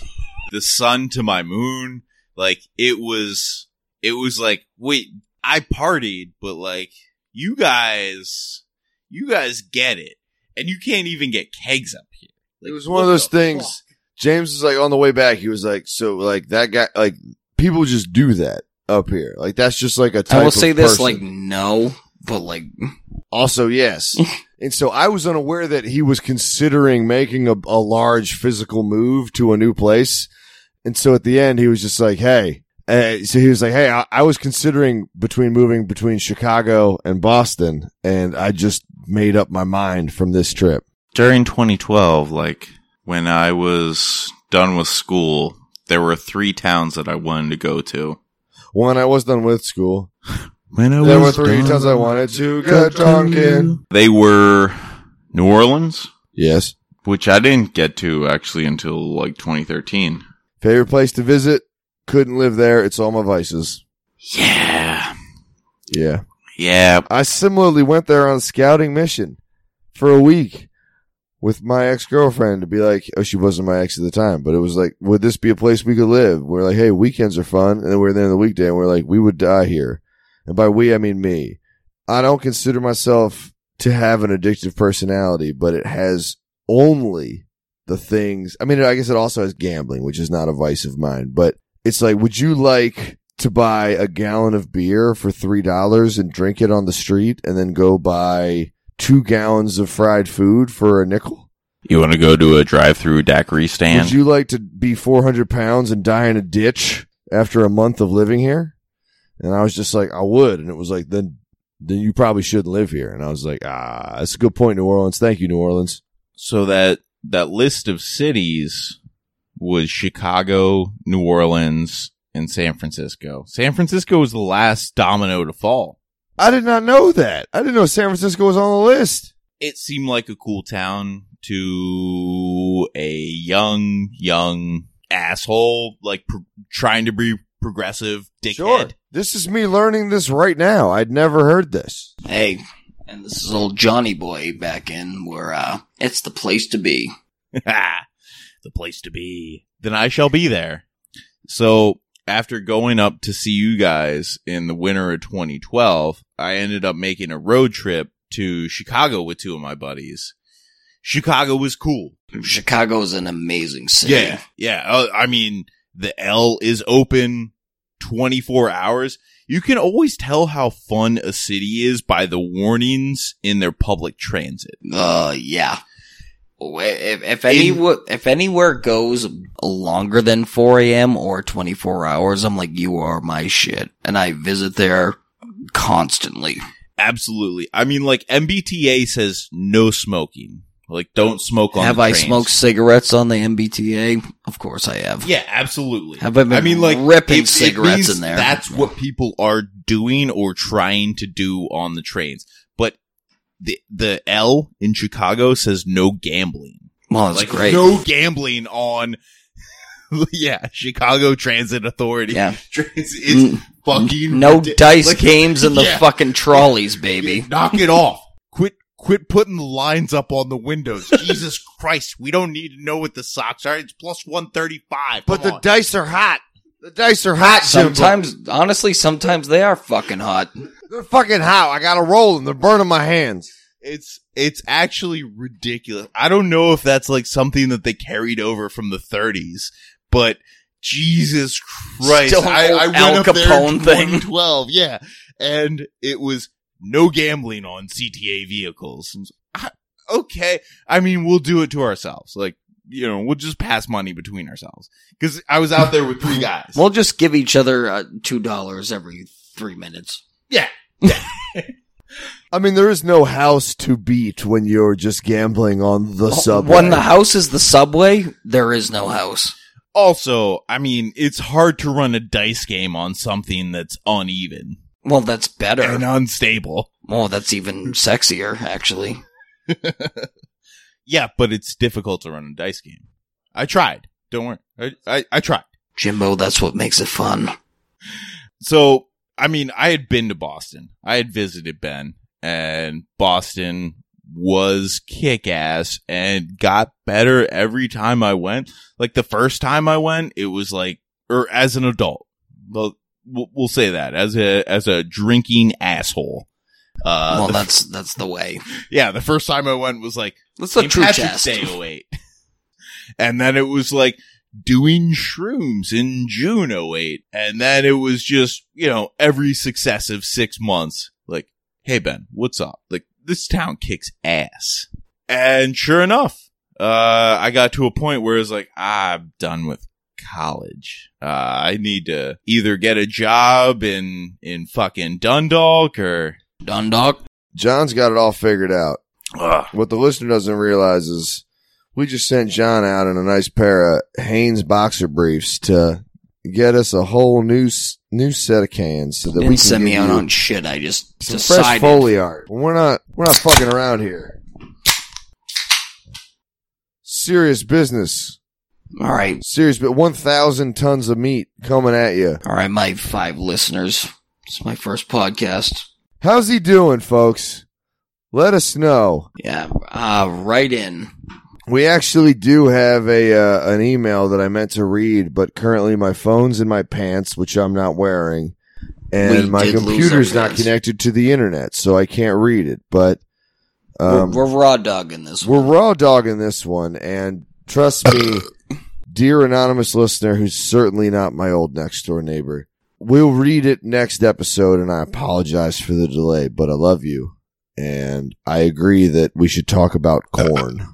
the sun to my moon. Like it was it was like, wait, I partied, but like you guys you guys get it. And you can't even get kegs up here. Like,
It was one of
what
those
the
things-
fuck?
James was like on the way back. He was like, so like that guy, like people just do that up here. Like that's just like a type.
I will
of
say this,
person.
like, no, but like,
also yes. and so I was unaware that he was considering making a, a large physical move to a new place. And so at the end, he was just like, hey. Uh, so he was like, "Hey, I, I was considering between moving between Chicago and Boston, and I just made up my mind from this trip."
during 2012, like when I was done with school, there were three towns that I wanted to go to.
One, I was done with school.
When I
There were three times I wanted to get drunk in.
They were New Orleans,
Yes.
which I didn't get to actually until like 2013.
Favorite place to visit? Couldn't live there. It's all my vices.
Yeah,
Yeah.
yeah.
I similarly went there on a scouting mission for a week with my ex girlfriend to be like, oh, she wasn't my ex at the time, but it was like, would this be a place we could live? We're like, hey, weekends are fun. And then we're there on the weekday and we're like, we would die here. And by we, I mean me. I don't consider myself to have an addictive personality, but it has only the things. I mean, I guess it also has gambling, which is not a vice of mine, but it's like, would you like to buy a gallon of beer for $3 and drink it on the street and then go buy two gallons of fried food for a nickel?
You want to go to a drive-through daiquiri stand?
would you like to be 400 pounds and die in a ditch after a month of living here? And I was just like, I would. And it was like, then, then you probably shouldn't live here. And I was like, ah, that's a good point, New Orleans. Thank you, New Orleans.
so that that list of cities was Chicago, New Orleans, and San Francisco. San Francisco was the last domino to fall.
I did not know that. I didn't know San Francisco was on the list.
It seemed like a cool town to a young, young asshole, like pro- trying to be progressive dickhead.
This is me learning this right now. I'd never heard this.
hey, and this is old Johnny Boy back in where, uh, it's the place to be.
the place to be. Then I shall be there. So after going up to see you guys in the winter of 2012, I ended up making a road trip to Chicago with two of my buddies. Chicago was cool.
Chicago is an amazing city.
Yeah. Yeah. Uh, I mean, the L is open 24 hours. You can always tell how fun a city is by the warnings in their public transit.
Uh, yeah. Well, If, if, any, if anywhere goes longer than 4 a.m. or 24 hours, I'm like, you are my shit. And I visit there constantly.
Absolutely. I mean, like MBTA says no smoking. Like, don't smoke on.
Have
the
I
trains.
smoked cigarettes on the MBTA? Of course I have.
Yeah, absolutely.
Have I been
mean, like
ripping
it- it
cigarettes
means
in there?
That's what people are doing or trying to do on the trains. But the the L in Chicago says no gambling.
Well, it's
like
great.
no gambling on. yeah, Chicago Transit Authority.
Yeah.
Trans- it's
Mm,
fucking
no
ridic-
dice
like,
games in the
yeah.
fucking trolleys, baby.
Knock it off. Quit quit putting the lines up on the windows. Jesus Christ, we don't need to know what the socks are. It's plus 135.
But
Come
the
on.
dice are hot. The dice are hot. Jimbo.
Sometimes, honestly, sometimes they are fucking hot.
They're fucking hot. I gotta roll them. They're burning my hands.
It's it's actually ridiculous. I don't know if that's like something that they carried over from the 30s, but Jesus Christ,
Still an
I,
old
I went
Al
up there in
Capone thing.
2012, yeah, and it was no gambling on CTA vehicles. And I- okay, I mean we'll do it to ourselves, like you know we'll just pass money between ourselves because I was out there with three guys.
We'll just give each other uh, two dollars every three minutes.
I mean, there is no house to beat when you're just gambling on the subway.
When Oh, the house is the subway, there is no house.
Also, I mean, it's hard to run a dice game on something that's uneven
Well, that's better.
and unstable.
Well, that's even sexier, actually.
Yeah, but it's difficult to run a dice game. I tried. Don't worry. I, I, I tried.
Jimbo, that's what makes it fun.
So, I mean, I had been to Boston. I had visited Ben and Boston was kick ass and got better every time I went. Like the first time I went, it was like, or as an adult, well, we'll we'll say that as a, as a drinking asshole. Uh,
well,
the-
that's that's the way.
yeah, the first time I went was like,
That's the
St.
true
Patrick's
test.
Day 08. and then it was like doing shrooms in June 08. And then it was just, you know, every successive six months, like, hey, Ben, what's up? Like, this town kicks ass. And sure enough, uh, I got to a point where it's like, I'm done with college. Uh, I need to either get a job in, in fucking Dundalk or,
Dundalk.
John's got it all figured out.
Ugh.
What the listener doesn't realize is we just sent John out in a nice pair of Hanes boxer briefs to get us a whole new s- new set of cans so that we
Didn't
can
send me
give
out
you
on shit. I just
some fresh
decided.
foley art. We're not we're not fucking around here. Serious business.
All right,
Serious, but 1,000 tons of meat coming at you.
all right, my five listeners. It's my first podcast.
How's he doing, folks? Let us know.
Yeah, uh, right in.
We actually do have a uh, an email that I meant to read, but currently my phone's in my pants, which I'm not wearing, and
We
my
did lose
computer's
our
not
pants.
connected to the internet, so I can't read it. But um,
we're, we're raw dogging this.
We're
one.
raw dogging this one, and trust me, dear anonymous listener, who's certainly not my old next door neighbor, we'll read it next episode, and I apologize for the delay, but I love you. And I agree that we should talk about corn,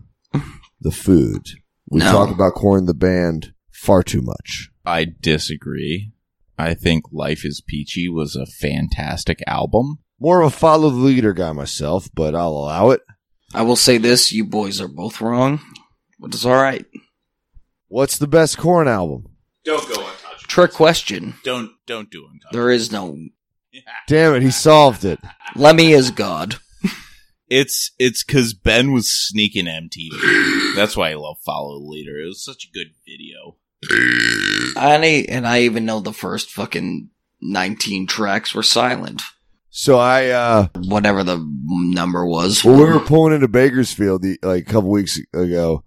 the food. We
No.
talk about corn, the band, far too much.
I disagree. I think Life is Peachy was a fantastic album.
More of a follow the leader guy myself, but I'll allow it.
I will say this: you boys are both wrong, but it's all right.
What's the best corn album?
Don't go untouched.
Trick question.
Don't don't do untouched.
There is no.
Damn it, he solved it.
Lemmy is God.
It's it's cause Ben was sneaking MTV. That's why I love Follow the Leader. It was such a good video.
I and I even know the first fucking nineteen tracks were silent.
So I, uh,
Whatever the number was.
Well, we were pulling into Bakersfield the, like a couple weeks ago.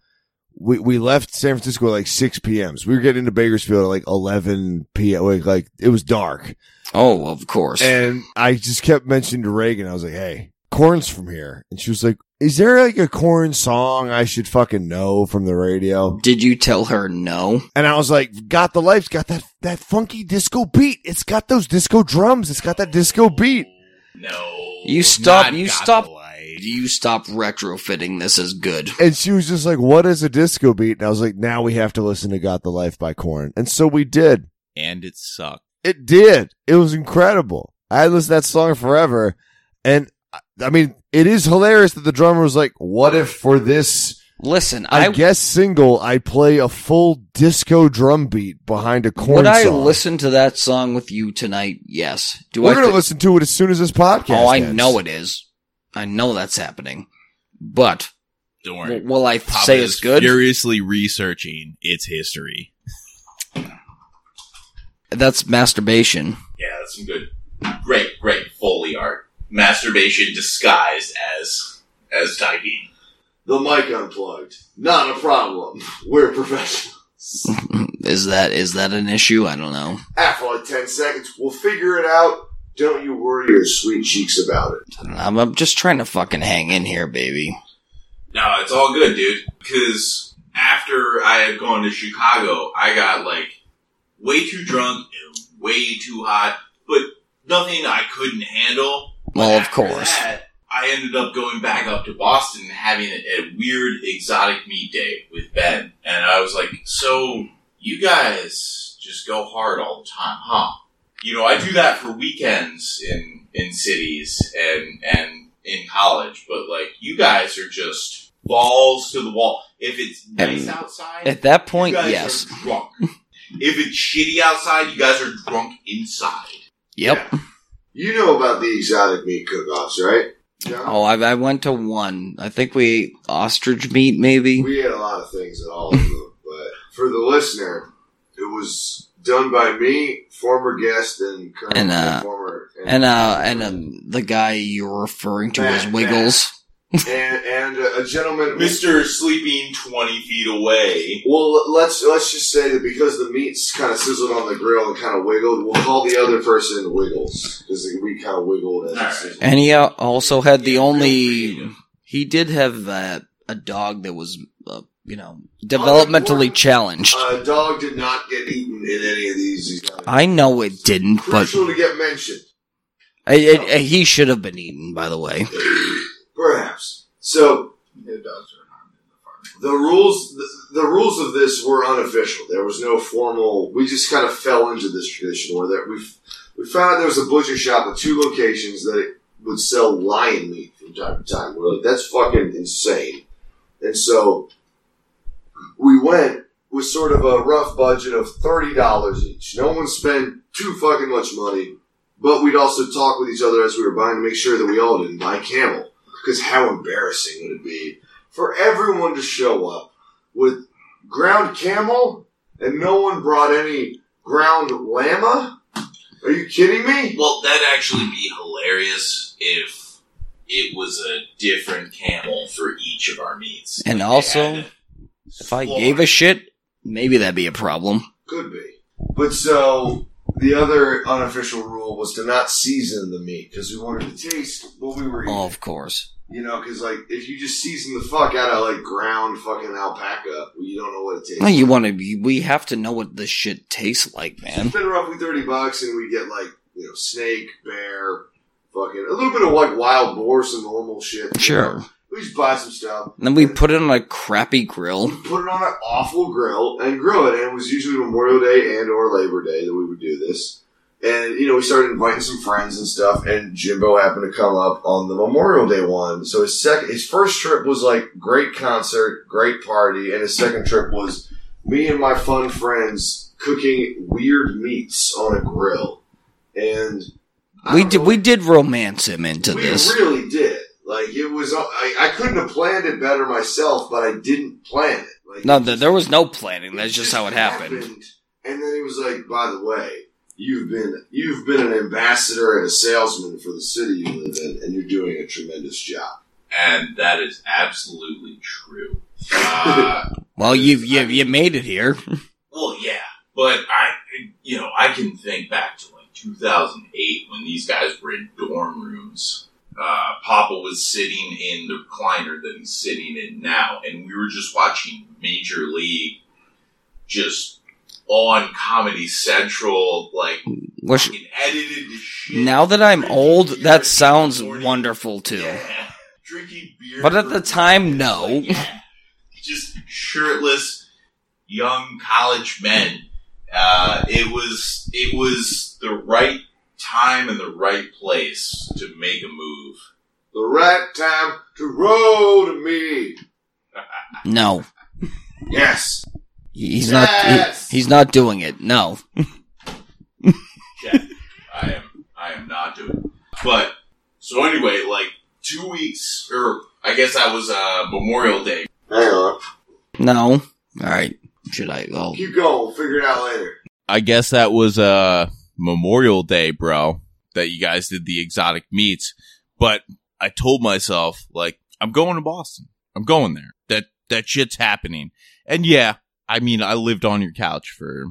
We we left San Francisco at like six p.m. So we were getting into Bakersfield at like eleven p.m. Like, like it was dark,
Oh, of course.
and I just kept mentioning to Reagan, I was like, "Hey, corn's from here," and she was like, "Is there like a corn song I should fucking know from the radio?"
Did you tell her no?
And I was like, "Got the life's got that that funky disco beat. It's got those disco drums. It's got that disco beat."
No.
You stop.
Not
You
Got
stop.
the Light.
You stop retrofitting this as good.
And she was just like, "What is a disco beat?" And I was like, "Now we have to listen to Got the Life by Corn." And so we did.
And it sucked.
It did. It was incredible. I had listened to that song forever. And I- I mean, it is hilarious that the drummer was like, what if for this,
Listen,
I,
I,
guess single, I play a full disco drum beat behind a corn
would I
song.
listen to that song with you tonight? Yes. Do
We're
I?
going to
thi-
listen to it as soon as this podcast
oh, I
ends.
know it is. I know that's happening. But
Don't worry.
w- will I
Papa
say
is
it's good?
Furiously researching its history.
That's masturbation.
Yeah, that's some good, great, great foley art. Masturbation disguised as as typing.
The mic unplugged. Not a problem. We're professionals.
is that is that an issue? I don't know.
After like 10 seconds, we'll figure it out. Don't you worry your sweet cheeks about it.
I'm, I'm just trying to fucking hang in here, baby.
No, it's all good, dude. Because after I had gone to Chicago, I got like way too drunk and way too hot, but nothing I couldn't handle.
Well, of
After
course.
that, I ended up going back up to Boston and having a, a weird exotic meet day with Ben, and I was like, "So you guys just go hard all the time, huh?" You know, I do that for weekends in in cities and and in college, but like you guys are just balls to the wall. If it's nice
And
outside,
At that
you
point,
guys
yes.
are drunk. if it's shitty outside, you guys are drunk inside.
Yep.
You know about the exotic meat cook-offs, right? No?
Oh, I, I went to one. I think we ate ostrich meat, maybe.
We had a lot of things at all of them, but for the listener, it was done by me, former guest, and current
And, uh,
former
And uh, and um, the guy you were referring to was
Matt,
Wiggles.
and, and a gentleman,
Mister sleeping twenty feet away.
Well, let's let's just say that because the meat's kind of sizzled on the grill and kind of wiggled, we'll call the other person Wiggles because we kind of wiggled as it
All right.
sizzled.
And he uh, also had the
Yeah,
only.
feel free to-
He did have uh, a dog that was, uh, you know, developmentally challenged.
A dog did not get eaten in any of these. exotic-
I know it didn't, but
Crucial to get mentioned,
it, it, it- he should have been eaten. By the way,
perhaps. So the rules, the, the rules of this were unofficial. There was no formal. We just kind of fell into this tradition where that we we found out there was a butcher shop with two locations that would sell lion meat from time to time. We're like, that's fucking insane. And so we went with sort of a rough budget of thirty dollars each. No one spent too fucking much money, but we'd also talk with each other as we were buying to make sure that we all didn't buy camel. Because how embarrassing would it be for everyone to show up with ground camel and no one brought any ground llama? Are you kidding me?
Well, that'd actually be hilarious if it was a different camel for each of our meats.
and also, if I gave a shit, maybe that'd be a problem.
Could be. But so the other unofficial rule was to not season the meat because we wanted to taste what we were eating.
Oh, of course.
You know, because like if you just season the fuck out of like ground fucking alpaca, you don't know what it tastes.
No, you want to. We have to know what this shit tastes like, man.
spend roughly thirty bucks, and we get like you know snake, bear, fucking a little bit of like wild boar, some normal shit. you
Sure.
know. We just buy some stuff,
And then we put it on a crappy grill.
put it on an awful grill, and grill it. And it was usually Memorial Day and or Labor Day that we would do this. And you know, we started inviting some friends and stuff. And Jimbo happened to come up on the Memorial Day one. So his second, his first trip was like great concert, great party, and his second trip was me and my fun friends cooking weird meats on a grill. And I
We
don't
did.
know-
We did romance him into
we
this.
really did. Like it was, I, I couldn't have planned it better myself, but I didn't plan it. Like,
No, th- there was no planning. That's just how it happened.
And then he was like, "By the way, you've been you've been an ambassador and a salesman for the city you live in, and you're doing a tremendous job."
And that is absolutely true. Uh,
Well, you you you made it here.
well, yeah, but I, you know, I can think back to like 2008 when these guys were in dorm rooms. Uh, Papa was sitting in the recliner that he's sitting in now, and we were just watching Major League, just on Comedy Central, like
Which
fucking edited to shit.
now that I'm old, that sounds
Morning.
wonderful too.
Yeah. Drinking beer.
But at the time,
Like,
no.
yeah. Just shirtless young college men. Uh, it was it was the right time and the right place to make a move.
The right time to roll to me.
No,
Yes.
he's not.
Yes!
he- he's not doing it. No.
Yeah, I am I am not doing. it. But so anyway, like two weeks or I guess that was uh, Memorial Day.
Hang on.
No. All right. Should I? Well,
Keep going. We'll figure it out later.
I guess that was uh Memorial Day, bro, that you guys did the exotic meats. But I told myself, like, I'm going to Boston. I'm going there. That that shit's happening. And yeah, I mean I lived on your couch for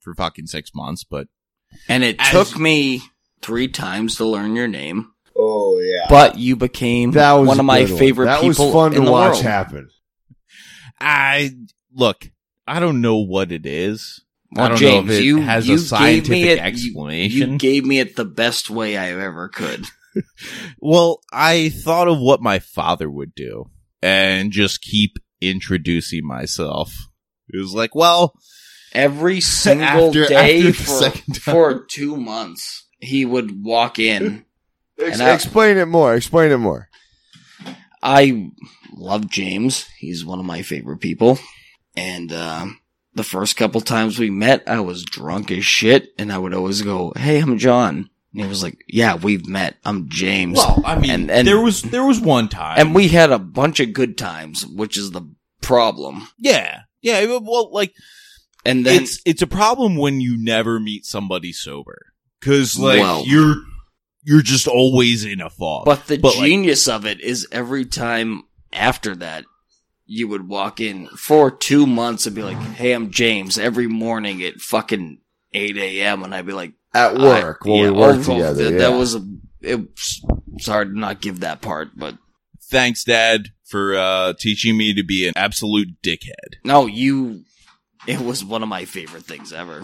for fucking six months, but
and it
As-
took me three times to learn your name,
Oh yeah,
but you became
that was
one
a
of my
good
favorite
That was
people
fun
in
to
the
watch
world.
happen.
I look. I don't know what it is.
Well,
I don't
James,
know if it
you,
has
you
a
gave me
scientific
it- you-
explanation.
You gave me it the best way I ever could.
well, I thought of what my father would do and just keep introducing myself. It was like, well,
Every single
After- after
day
the
for,
second time.
for two months, he would walk in.
Ex-
And I-
explain it more. Explain it more.
I love James. He's one of my favorite people. And um, the first couple times we met, I was drunk as shit, and I would always go, "Hey, I'm John." And he was like, "Yeah, we've met. I'm James."
well, I mean,
And- and-
there was there was one time,
and we had a bunch of good times, which is the problem.
yeah, yeah. it- Well, like
And then
it's it's a problem when you never meet somebody sober because like
Well.
you're you're just always in a fog.
But the
But, like-
genius of it is every time after that, you would walk in for two months and be like, "Hey, I'm James." Every morning at fucking eight a.m. and I'd be like,
At
I-
work when
yeah,
we worked
oh, well,
together.
th-
yeah.
That was a, it. It's hard to not give that part, but
Thanks, Dad, for uh, teaching me to be an absolute dickhead.
no, you. It was one of my favorite things ever.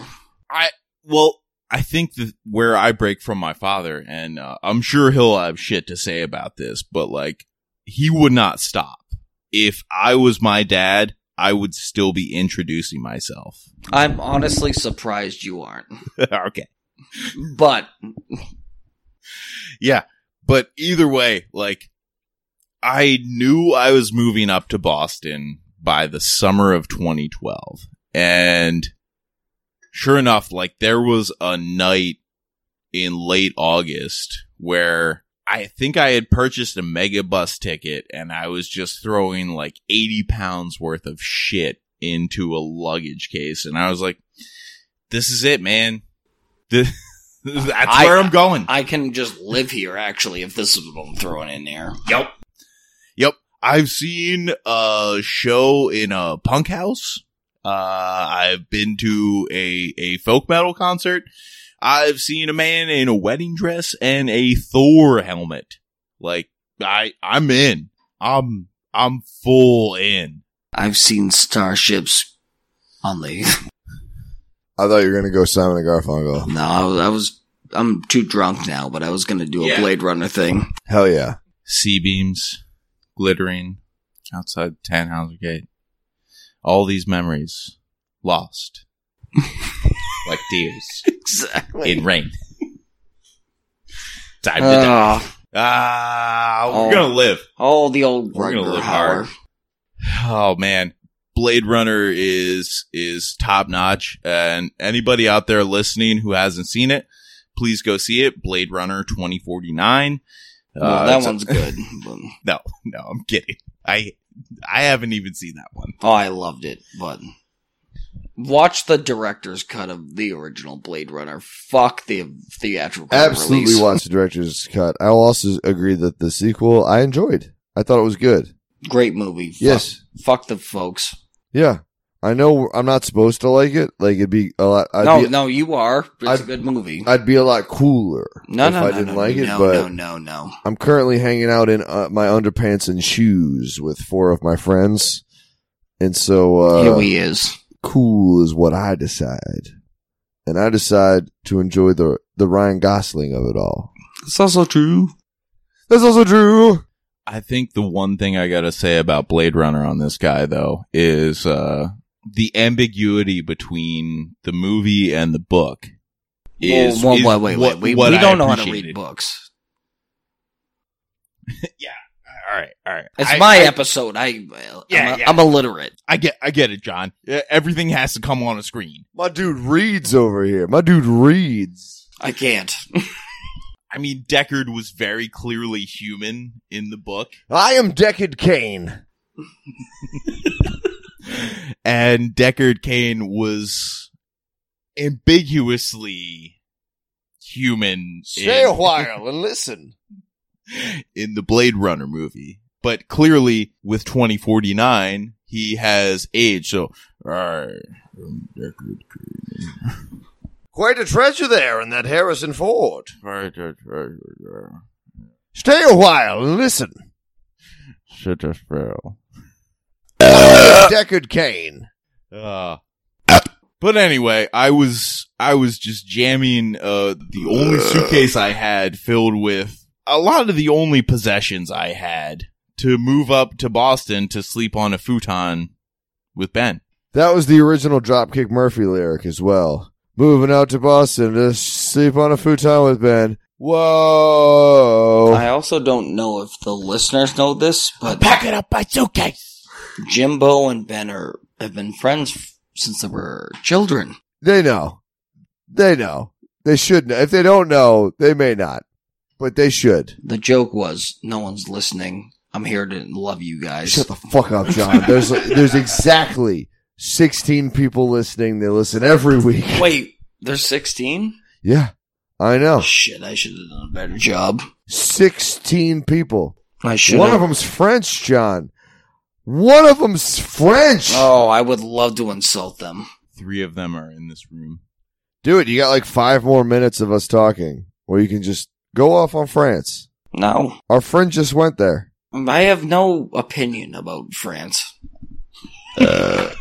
Well, I think that where I break from my father, and uh, I'm sure he'll have shit to say about this, but like he would not stop. If I was my dad, I would still be introducing myself.
I'm honestly surprised you aren't,
okay.
but
Yeah. But either way, like, I knew I was moving up to Boston by the summer of 2012. And sure enough, like, there was a night in late August where I think I had purchased a mega bus ticket and I was just throwing like 80 pounds worth of shit into a luggage case. And I was like, this is it, man. This, that's
I-
where I'm going.
I can just live here. Actually, if this is what I'm throwing in there,
Yep. Yep. I've seen a show in a punk house. Uh, I've been to a, a folk metal concert. I've seen a man in a wedding dress and a Thor helmet. Like, I, I'm in. I'm, I'm full in.
I've seen starships on the
I thought you were gonna go Simon and Garfunkel.
No, I was, I was. I'm too drunk now, but I was gonna do a
Yeah.
Blade Runner thing.
Hell yeah.
Sea beams glittering outside Tannhauser Gate. All these memories lost like tears
Exactly.
in rain. Time to die.
Ah,
Ah, we're
Oh.
gonna live.
all the old
We're gonna
Rutger
live
Hauer.
hard. Oh man, Blade Runner is is top notch, and anybody out there listening who hasn't seen it, please go see it. Blade Runner twenty forty nine.
Well,
Uh,
that one's good. But,
no, no, I'm kidding. I I haven't even seen that one.
oh, I loved it, but watch the director's cut of the original Blade Runner. Fuck the theatrical
Absolutely
release.
watch the director's cut. I'll also agree that the sequel I enjoyed. I thought it was good.
Great movie. Fuck-
Yes.
Fuck the folks.
Yeah. I know I'm not supposed to like it. Like it'd be a lot I'd
no,
be
no, you are. It's a
I'd-
good movie.
I'd be a lot cooler
no,
if
no,
I
no,
didn't
no,
like it,
no,
but
no, no, no.
I'm currently hanging out in uh, my underpants and shoes with four of my friends. And so uh
Here we is.
cool is what I decide. And I decide to enjoy the the Ryan Gosling of it all.
It's also true.
That's also true.
I think the one thing I gotta say about Blade Runner on this guy though is uh the ambiguity between the movie and the book. Is,
well,
is
well, wait, wait,
what-
wait. We,
what
we
I
don't know how to
appreciated.
read books.
All right, all right.
It's
I-
my
I-
episode. I, I'm,
Yeah,
a,
yeah.
am illiterate.
I get, I get it, John. Yeah, Everything has to come on a screen.
My dude reads over here. My dude reads.
I can't.
I mean, Deckard was very clearly human in the book,
I am Deckard Kane.
and Deckard Kane was ambiguously human.
Stay
in-
a while and listen.
in the Blade Runner movie. But clearly, with 2049, he has aged. So, alright, I'm Deckard Kane.
Quite a treasure there in that Harrison Ford. Stay a while and listen. Deckard Kane.
Uh, but anyway, I was I was just jamming uh the only suitcase I had filled with a lot of the only possessions I had to move up to Boston to sleep on a futon with Ben.
That was the original Dropkick Murphy lyric as well. Moving out to Boston to sleep on a futon with Ben. Whoa.
I also don't know if the listeners know this, but
it up my suitcase.
Jimbo and Ben are have been friends f- since they were children.
They know. They know. They should know. If they don't know, they may not. But they should.
The joke was, no one's listening. I'm here to love you guys.
Shut the fuck up, John. There's there's exactly 16 people listening. They listen every week.
Wait, they're 16?
Yeah, I know.
Shit, I should have done a better job.
16 people.
I should.
One of them's French, John. One of them's French.
Oh, I would love to insult them.
Three of them are in this room.
Dude, you got like five more minutes of us talking, or you can just go off on France.
No,
Our friend just went there.
I have no opinion about France.
Uh,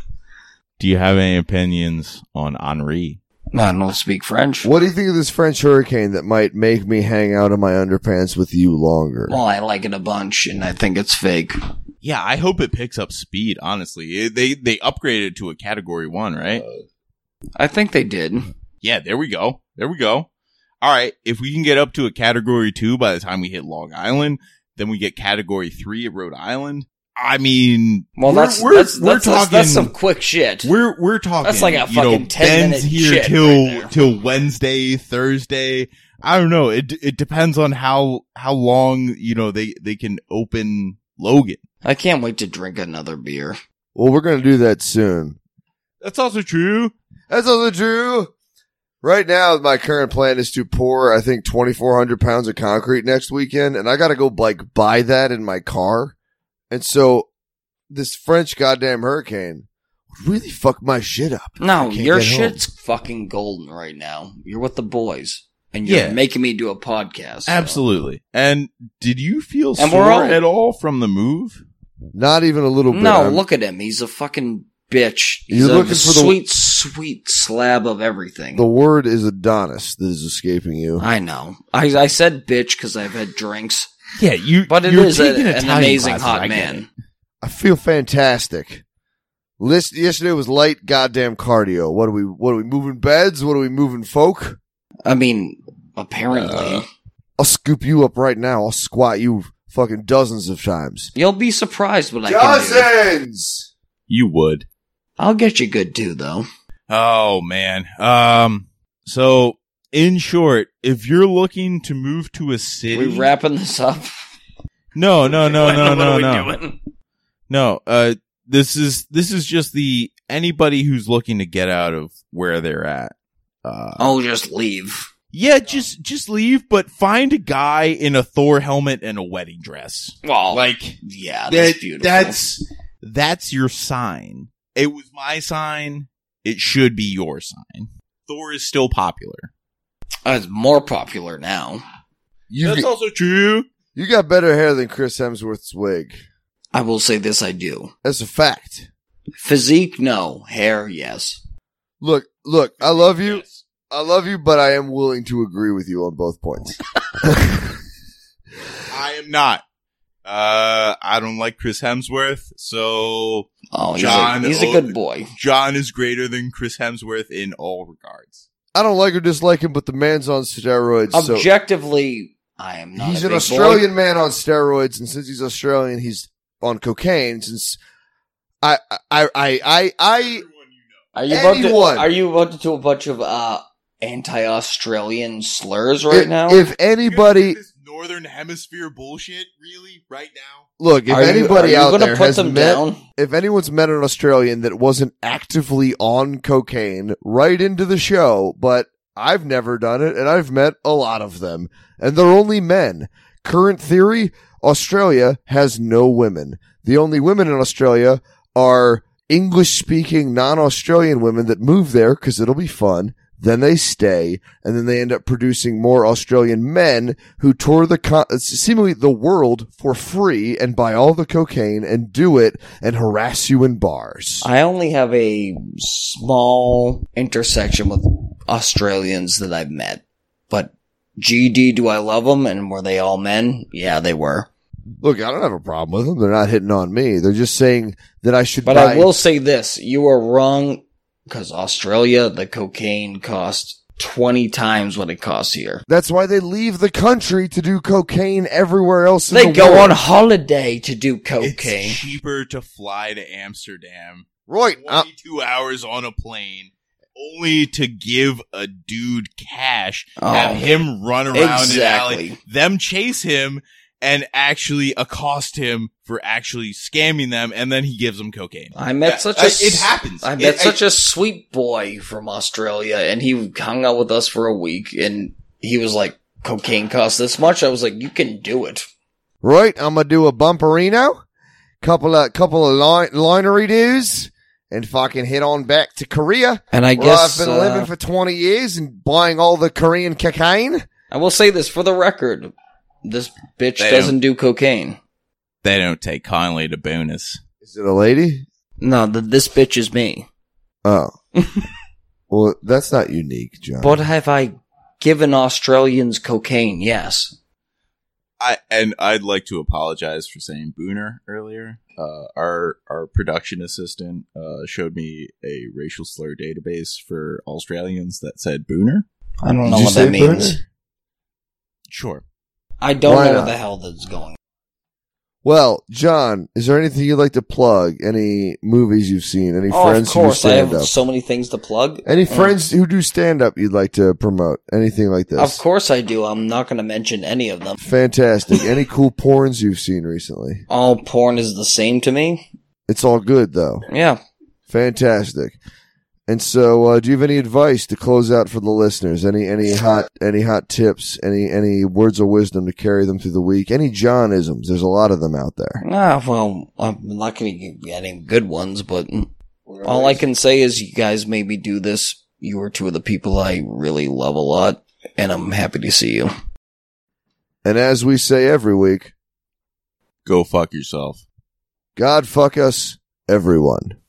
Do you have any opinions on Henri?
I don't speak French.
What do you think of this French hurricane that might make me hang out in my underpants with you longer?
Well, I like it a bunch, and I think it's fake.
Yeah, I hope it picks up speed. Honestly, It- they they upgraded to a Category One, right?
I think they did.
Yeah, there we go. There we go. All right. If we can get up to a category two by the time we hit Long Island, then we get category three at Rhode Island. I mean,
Well,
We're-
that's
we're-
that's,
we're
that's, that's, that's
talking-
some quick shit.
we're, we're talking.
That's like a
you know,
fucking 10
Ben's
minute
here
shit
till,
right there.
till Wednesday, Thursday. I don't know. It, it depends on how, how long, you know, they, they can open Logan.
I can't wait to drink another beer.
Well, we're going to do that soon.
That's also true.
That's also true. Right now, my current plan is to pour, I think, 2,400 pounds of concrete next weekend, and I gotta go, like, buy that in my car. And so, this French goddamn hurricane would really fuck my shit up. I
No,
can't
your
get home.
shit's fucking golden right now. You're with the boys, and you're
Yeah.
making me do a podcast. so-
Absolutely. And did you feel
And we're
sore
all-
at all from the move?
Not even a little bit.
No,
I'm-
look at him. He's a fucking bitch. He's
You're
a
looking for the-
sweet, sweet slab of everything.
The word is Adonis that is escaping you.
I know. I, I said bitch because I've had drinks,
Yeah, you,
but it
you're
is a,
taking
an
Italian
amazing
classes, I
hot
get it.
man.
I feel fantastic. List yesterday was light goddamn cardio. What are we? What are we moving beds? What are we moving folk?
I mean, apparently,
I'll scoop you up right now. I'll squat you fucking dozens of times.
you'll be surprised what I can do.
You would.
I'll get you good too, though.
Oh man. Um so in short, if you're looking to move to a city
We wrapping this up.
No, no, no,
What-
no,
what
no,
are we
no.
doing?
No, uh this is this is just the anybody who's looking to get out of where they're at. Uh
Oh, just leave.
yeah, just just leave but find a guy in a Thor helmet and a wedding dress.
Well,
Like
yeah, Oh, that's
that,
beautiful.
that's that's your sign. It was my sign. It should be your sign. Thor is still popular.
Uh, it's more popular now.
You, g-
also true.
you got better hair than Chris Hemsworth's wig.
I will say this: I do
That's a fact.
physique, no hair, yes.
Look, look, I love you. I love you, but I am willing to agree with you on both points.
I am not. Uh, I don't like Chris Hemsworth, so
Oh, he's,
John
a, he's a
O-
good boy.
John is greater than Chris Hemsworth in all regards.
I don't like or dislike him, but the man's on steroids. so
Objectively, I am not.
he's
a
an
big
Australian man on steroids, and since he's Australian, he's on cocaine. Since I, I, I, I, I
Boy. Are you about
Anyone.
to? Are you about to do a bunch of uh, anti-Australian slurs right
if,
now?
if anybody
this northern hemisphere bullshit, really, right now?
look, if
Are you-
anybody
are you
out
gonna
there
put
has
them
met,
down?
if anyone's met an Australian that wasn't actively on cocaine, right into the show. But I've never done it, and I've met a lot of them, and they're only men. Current theory: Australia has no women. The only women in Australia are English-speaking non-Australian women that move there because it'll be fun. Then they stay, and then they end up producing more Australian men who tour the con- seemingly the world for free and buy all the cocaine and do it and harass you in bars.
I only have a small intersection with Australians that I've met, but GD, do I love them? And were they all men? Yeah, they were.
Look, I don't have a problem with them. They're not hitting on me. They're just saying that I should.
But
buy-
I will say this: you are wrong because Australia, the cocaine cost twenty times what it costs here.
That's why they leave the country to do cocaine everywhere else. In
They
the
go
world.
on holiday to do
It's
cocaine.
cheaper to fly to Amsterdam
Roy, uh,
22 hours on a plane only to give a dude cash,
Oh,
have him run around in alley,
exactly.
them chase him and actually accost him for actually scamming them, and then he gives them cocaine.
I met
Yeah,
such
I-
a s-
it happens.
I met
It-
such a sweet boy from Australia, and he hung out with us for a week, and he was like, "Cocaine costs this much." I was like, "You can do it."
Right, I'm gonna do a bumperino, couple of couple of line, linery dues, and fucking head on back to Korea.
And I uh,
where I've been living for 20 years and buying all the Korean cocaine.
I will say this for the record: this bitch
They
doesn't do cocaine.
They don't take kindly to bonus.
Is it a lady?
No, the, this bitch is me.
Oh, well, that's not unique, John.
But have I given Australians cocaine? Yes.
I, and I'd like to apologize for saying Booner earlier.
uh, our our production assistant uh, showed me a racial slur database for Australians that said "booner."
I don't
Did
know
you
what
say
that means.
burner?
Sure.
I don't
Why
know
not?
what the hell that's going.
Well, John, is there anything you'd like to plug? Any movies you've seen? Any
Oh, of
friends who do
course, I
stand
have
up?
so many things to plug.
Any
Mm.
friends who do stand up you'd like to promote? Anything like this?
Of course I do. I'm not going to mention any of them.
Fantastic. Any cool porns you've seen recently?
All porn is the same to me.
It's all good though.
Yeah.
Fantastic. And so, uh, do you have any advice to close out for the listeners? Any any hot any hot tips? Any any words of wisdom to carry them through the week? Any Johnisms? There's a lot of them out there.
Ah, well, I'm not going to get any good ones, but all I can say is you guys maybe do this. You are two of the people I really love a lot, and I'm happy to see you.
And as we say every week,
Go fuck yourself.
God fuck us, everyone.